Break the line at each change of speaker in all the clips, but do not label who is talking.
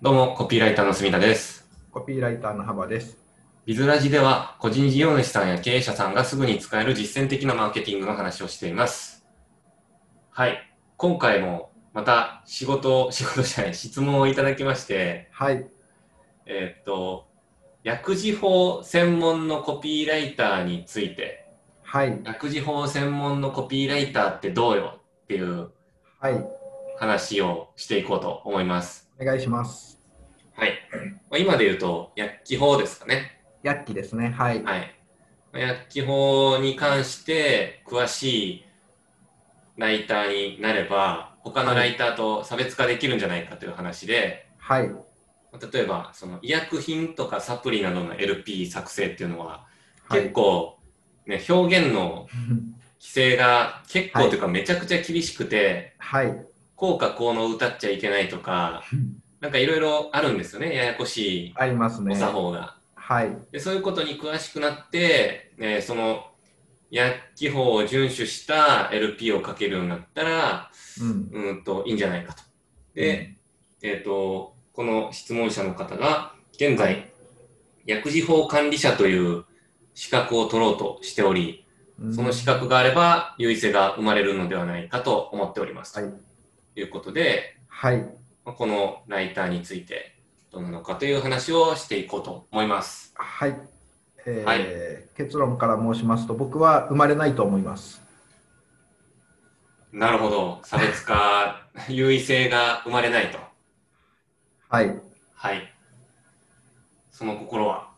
どうも、コピーライターの住田です。
コピーライターの幅です。
ビズラジでは、個人事業主さんや経営者さんがすぐに使える実践的なマーケティングの話をしています。はい。今回も、また、仕事 を、仕事じゃない、質問をいただきまして、
はい。
えーっと、薬事法専門のコピーライターについて、
はい。
薬事法専門のコピーライターってどうよっていう
はい。
話をしていこうと思います。
お願いします。
はい。まあ、今で言うと、薬機法ですかね。
ヤッキですね。はい。
はい。薬機法に関して詳しいライターになれば、他のライターと差別化できるんじゃないかという話で、
はい。
例えば、その医薬品とかサプリなどの LP 作成っていうのは、
は
結
い。
構、ね、表現の規制が結構というかめちゃくちゃ厳しくて、
はい。
効果効能歌っちゃいけないとか、なんかいろいろあるんですよね、ややこしい
あります
お
ね。
作法が。
はい。
でそういうことに詳しくなって、えーその薬機法を遵守した LP をかけるようになったら
うん。
うーんといいんじゃないかと。で、えっとこの質問者の方が現在、薬事法管理者という資格を取ろうとしており
うん、
その資格があれば優位性が生まれるのではないかと思っております。
はい
ということで
はい。
まあこのライターについてどうなのかという話をしていこうと思います。
はい。えー
は
結論から申しますと、僕は生まれないと思います。
なるほど。差別化、優位性が生まれないと。
はい。
はい。その心は。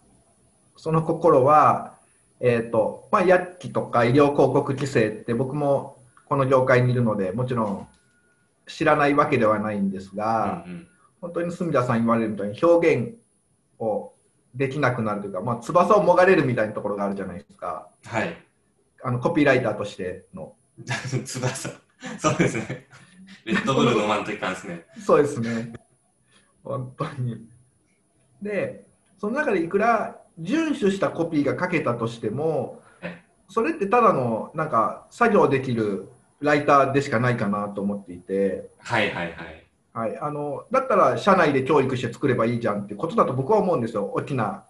その心は、えっ、と、まあ、薬機とか医療広告規制って僕もこの業界にいるので、もちろん知らないわけではないんです
う
が、
ん
本当に住田さん言われるみたいに表現をできなくなるというか、まあ、翼をもがれるみたいなところがあるじゃないですか
うん、はい。
あのコピーライターとしての
翼。そうですね。レッドブルのマンといかんですね。
そうですね本当にでその中でいくら遵守したコピーが書けたとしても
はい
それってただのなんか作業できるライターでしかないかなと思っていて、
はいはいはい。
はい、あのだったら社内で教育して作ればいいじゃんってことだと僕は思うんですよ大きな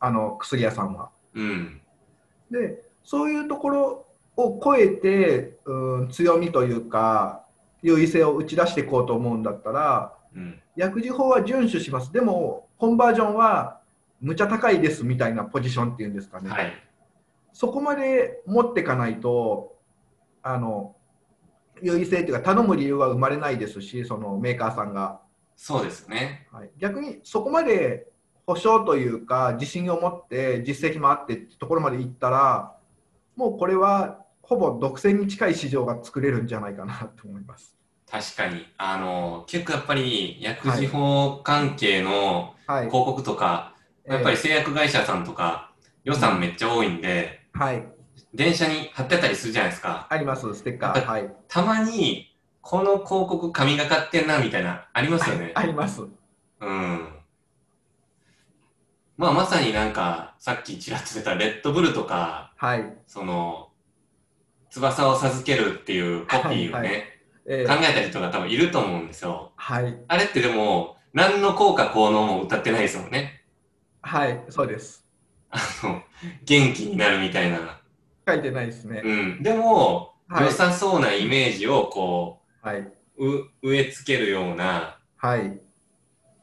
あの薬屋さんは。
うん。
でそういうところを超えて、うん、強みというか優位性を打ち出していこうと思うんだったら
うん。
薬事法は遵守しますでもコンバージョンはむちゃ高いですみたいなポジションっていうんですかね、
はい。
そこまで持ってかないとあの優位性というか頼む理由は生まれないですしそのメーカーさんが、
そうですね。
はい、逆にそこまで保証というか自信を持って実績もあってってところまでいったらもうこれはほぼ独占に近い市場が作れるんじゃないかなと思います。
確かに。あの、結構やっぱり薬事法関係の
はい、
広告とか、やっぱり製薬会社さんとか予算めっちゃ多いんで、
えーはい、
電車に貼ってたりするじゃないですか。
ありますステッカー、はい、
たまに、この広告神がかってんな、みたいな、ありますよね。
あります。
うん。まあ、まさになんか、さっきちらっと出たレッドブルとか、
はい、
その、翼を授けるっていうコピーを
はいは
ね、
えー
考えた人が多分いると思うんですよ。
はい、
あれってでも、何の効果効能も歌ってないですもんね。
はい、そうです。
あの、元気になるみたいな。
書いてないですね
う。ん。でも、
はい
良、さそうなイメージをこ
はい、
う、う植え付けるような、
はい、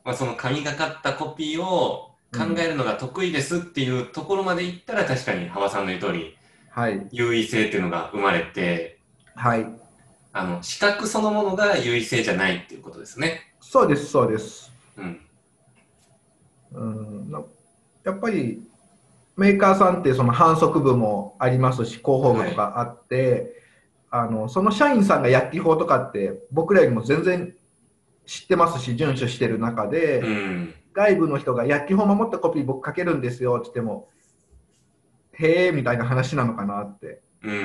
まあ、その神がかったコピーを考えるのが得意ですっていうところまでいったら、確かに羽場さんの言う通り
はい、
優位性っていうのが生まれて
はい、
あの資格そのものが優位性じゃないっていうことですね。
そうです、そうです。
うん、
うん、なやっぱりメーカーさんってその反則部もありますし、広報部とかあって、あのその社員さんが薬機法とかって僕らよりも全然知ってますし、遵守してる中で、
うん、
外部の人が薬機法守ったコピー僕書けるんですよって言っても、へえみたいな話なのかなって。
うん、う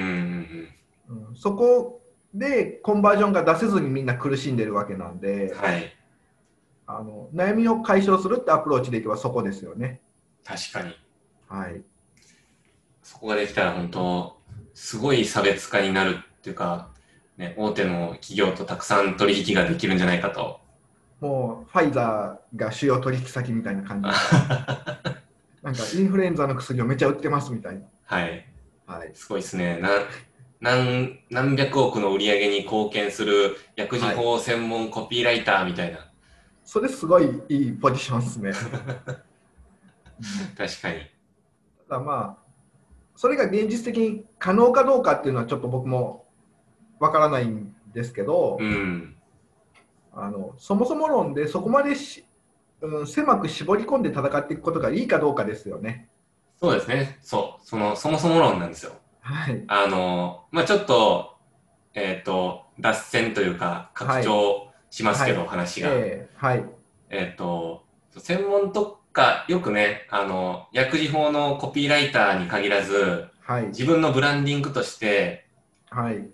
ん
うんそこでコンバージョンが出せずにみんな苦しんでるわけなん
う
で
ん、はい、
あの悩みを解消するってアプローチでいけばそこですよね。
確かに。
はい、
そこができたら本当、すごい差別化になるっていうか、ね、大手の企業とたくさん取引ができるんじゃないかと
もうファイザーが主要取引先みたいな感じ なんかインフルエンザの薬をめちゃ売ってますみたいな、
はい。
はい、
すごいですね。な何何百億の売り上げに貢献する薬事法専門コピーライターみたいな。
それすごいいいポジションですね
確かに。
ただまあそれが現実的に可能かどうかっていうのはちょっと僕もわからないんですけど、
うん。
あのそもそも論でそこまでし、うん、狭く絞り込んで戦っていくことがいいかどうかですよね。
そうですね。そう。その、そもそも論なんですよ。
はい、
あの、まあちょっと、えっ、と、脱線というか、拡張しますけど、話が。
えーはい、
えっ、と、専門特化、よくね、あの、薬事法のコピーライターに限らず、
はい、
自分のブランディングとして、
はい、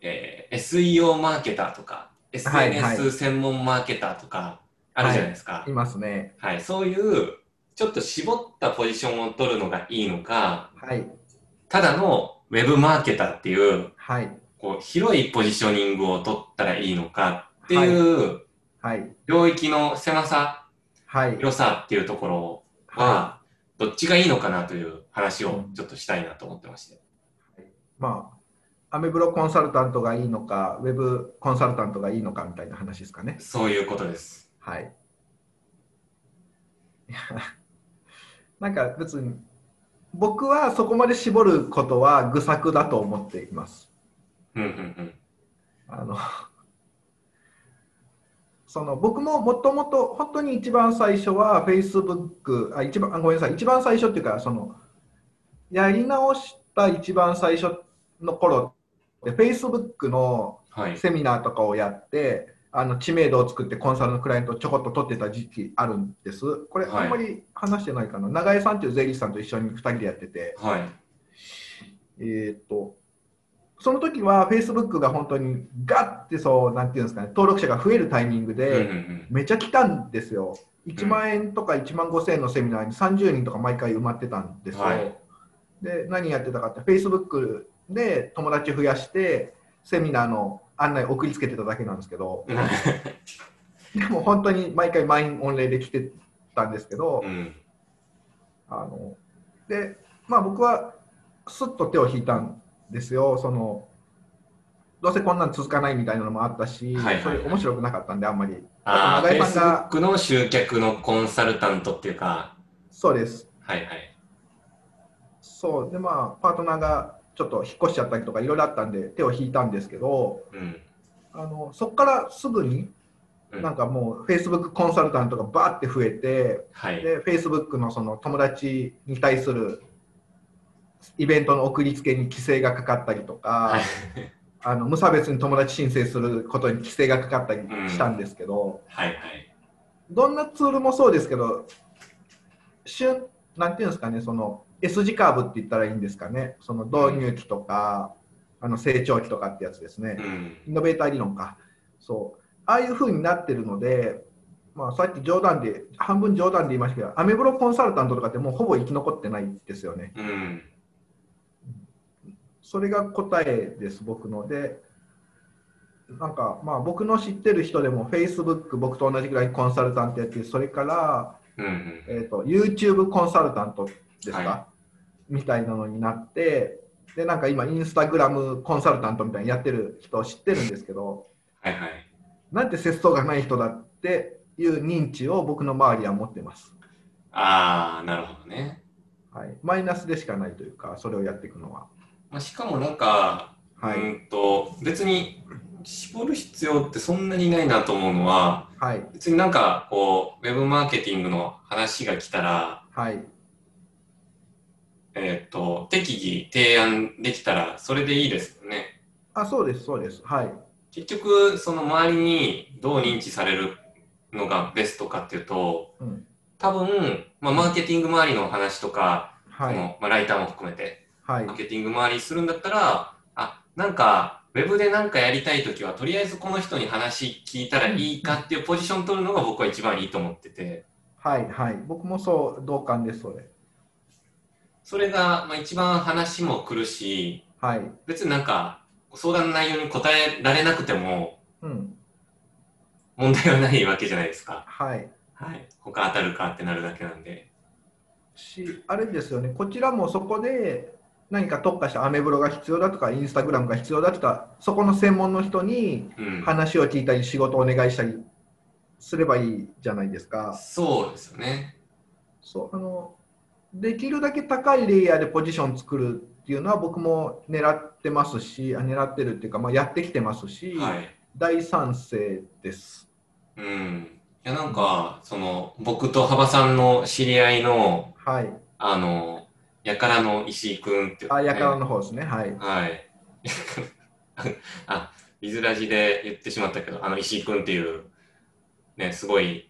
えー SEO マーケターとか、
はいはい
SNS 専門マーケターとか、あるじゃないですか。はい
いますね。
そういう、ちょっと絞ったポジションを取るのがいいのか、
はい、
ただのウェブマーケターっていう、
はい、
こう、広いポジショニングを取ったらいいのかっていう、
はい、
領域の狭さ、
はい、
広さっていうところを
は
は、どっちがいいのかなという話をちょっとしたいなと思ってまして。
い。まあ、アメブロコンサルタントがいいのか、ウェブコンサルタントがいいのかみたいな話ですかね。
そういうことです。
はい。 いやなんか別に、僕はそこまで絞ることは愚策だと思っています。
うんうん
あのその僕ももともと本当に一番最初は Facebook あ一番あごめんなさい一番最初っていうかそのやり直した一番最初の頃で Facebook の
うん。はい。
セミナーとかをやってあの知名度を作ってコンサルのクライアントをちょこっと取ってた時期あるんですこれ
はい
あんまり話してないかな、永井さんっていう税理士さんと一緒に2人でやってて
はい。
えーっと、その時は Facebook が本当にガッてそう、なんていうんですかね、登録者が増えるタイミング
うんうんう
で、
ん。
めちゃ来たんですよ。1万円とか1万5千円のセミナーに30人とか毎回埋まってたんですよ。
はい
で、何やってたかって、Facebook で友達増やして、セミナーの案内送りつけてただけなんですけど、でも本当に毎回満員御礼で来てたんですけど、
うん。
あので、まあ、僕はすっと手を引いたんですよそのどうせこんなん続かないみたいなのもあったし、
はいはいはい
それ面白くなかったんであんまり
ああ、
長井さんが
Facebook の集客のコンサルタントっていうか、
そうです
はいはい。
そうでまあパートナーがちょっと引っ越しちゃったりとかいろいろあったんで手を引いたんですけど
うん。
あのそこからすぐに
うん
なんかもう Facebook コンサルタントがバーって増えて
はい。
で Facebook のその友達に対するイベントの送りつけに規制がかかったりとか、
はい。
あの無差別に友達申請することに規制がかかったりしたんですけど、
はいはい。
どんなツールもそうですけど、瞬なんていうんですかね、その S 字カーブって言ったらいいんですかね、その導入期とか、あの成長期とかってやつですね
う、ん。
イノベーター理論か、そう、ああいう風になってるので、まあ、さっき冗談で、半分冗談で言いましたけど、アメブロコンサルタントとかってもうほぼ生き残ってないですよね。
うん。
それが答えです、僕の。で、なんか、まあ、僕の知ってる人でも、Facebook、僕と同じくらいコンサルタントやってる、それから、
うんうん。
えー、と YouTube コンサルタントですか、
は
みたいなのになって、で、なんか今、インスタグラムコンサルタントみたいにやってる人を知ってるんですけど、
はいはい。
なんて節操がない人だっていう認知を僕の周りは持ってます。
ああ、なるほどね。
はい、マイナスでしかないというか、それをやっていくのは。
まあ、しかもなんか、
は
う
い、
んと別に絞る必要ってそんなにないなと思うのは
はい、
別になんかこうウェブマーケティングの話が来たら、
はい、
えっと適宜提案できたらそれでいいですよね
あ、そうです、そうです、はい。
結局その周りにどう認知されるのがベストかっていうと
うん
多分、まあ、マーケティング周りの話とか、
は
そ
い、
のまあ、ライターも含めて
はい
マー、ケティング周りするんだったら、あ、なんか、ウェブでなんかやりたいときは、とりあえずこの人に話聞いたらいいかっていうポジション取るのが僕は一番いいと思ってて、
はいはい、僕もそう、同感です、それ。
それが、まあ、一番話も来るし、
はい。
別になんか、相談の内容に答えられなくても、
うん。
問題はないわけじゃないですか。
はい。
はい。他当たるかってなるだけなんで。
し、あれですよね、こちらもそこで何か特化したアメブロが必要だとか、インスタグラムが必要だとか、そこの専門の人に
うん。
話を聞いたり、仕事をお願いしたりすればいいじゃないですか。
そうですよね。
そうあのできるだけ高いレイヤーでポジション作るっていうのは僕も狙ってますしあ狙ってるっていうか、まあ、やってきてますし、
はい。
大賛成です。
うん。いや、なんか、その、僕と幅さんの知り合いの、
はい、
あの、やからの石井くんって、
あやからの方ですね、はい、
はい。 あ、ビズラジで言ってしまったけど、あの石井くんっていう、ね、すごい、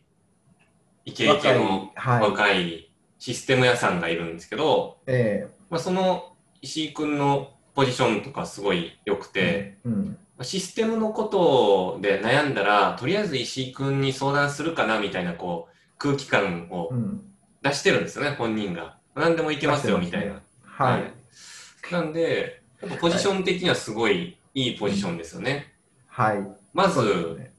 イケイケの
はい
若いシステム屋さんがいるんですけど、
え
まあ、その石井くんのポジションとかすごい良くて、
えうん、
まあシステムのことで悩んだら、とりあえず石井くんに相談するかなみたいなこう空気感を
うん、
出してるんですよね、本人が。何でもいけますよみたいな。
はい、
なんで、やっぱポジション的にはすごいいいポジションですよね。
はい、
ま
そう
ず、
ですね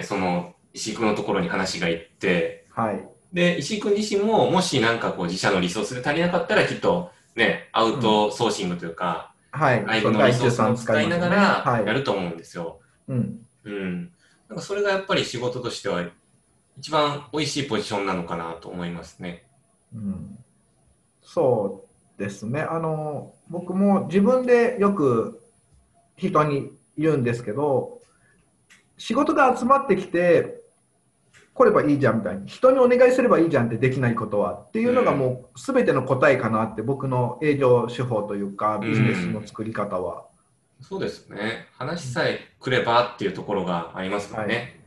ね、その、石井君のところに話が行って、
はい、
で、石井君自身も、もしなんかこう、自社のリソースで足りなかったら、きっと、ね、アウトソーシングというか、
はい、
外
そう
部のリ
第
ソースも
13
使いなが
は
ら、や
い、
ると思うんですよ。
うん、
うん。なんかそれがやっぱり仕事としては、一番美味しいポジションなのかなと思いますね。
うん、そうですねあの僕も自分でよく人に言うんですけど仕事が集まってきて来ればいいじゃんみたいな人にお願いすればいいじゃんってできないことはっていうのがもう全ての答えかなって僕の営業手法というかビジネスの作り方は、
そうですよね。話さえくればっていうところがありますからね。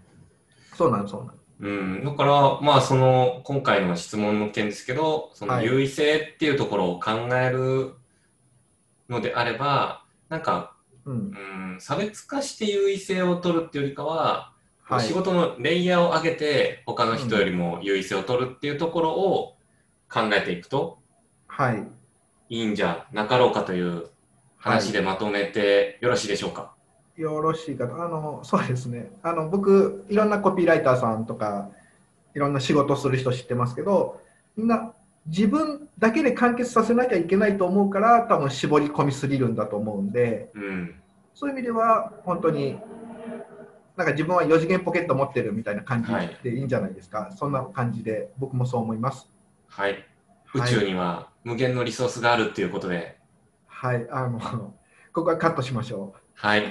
はそうなんですそうなんです
うん、だから、まあ、その、今回の質問の件ですけど、その
はい
優位性っていうところを考えるのであれば、なんか、
うん
うん、差別化して優位性を取るっていうよりかは、
はい
仕事のレイヤーを上げて、他の人よりも優位性を取るっていうところを考えていくと
はい
いいんじゃなかろうかという話でまとめてよろしいでしょうか。
よろしいかとあのそうですねあの僕いろんなコピーライターさんとかいろんな仕事する人知ってますけどみんな自分だけで完結させなきゃいけないと思うから多分絞り込みすぎるんだと思うんで
うん、
そういう意味では本当になんか自分は4次元ポケット持ってるみたいな感じ
はい
でいいんじゃないですか、そんな感じで僕もそう思います。
はい。宇
はい
宙には無限のリソースがあるっていうことで、
はい、あのここはカットしましょ
はい。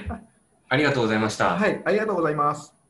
ありがとうございまし
う。
た。
はい、ありがとうございます。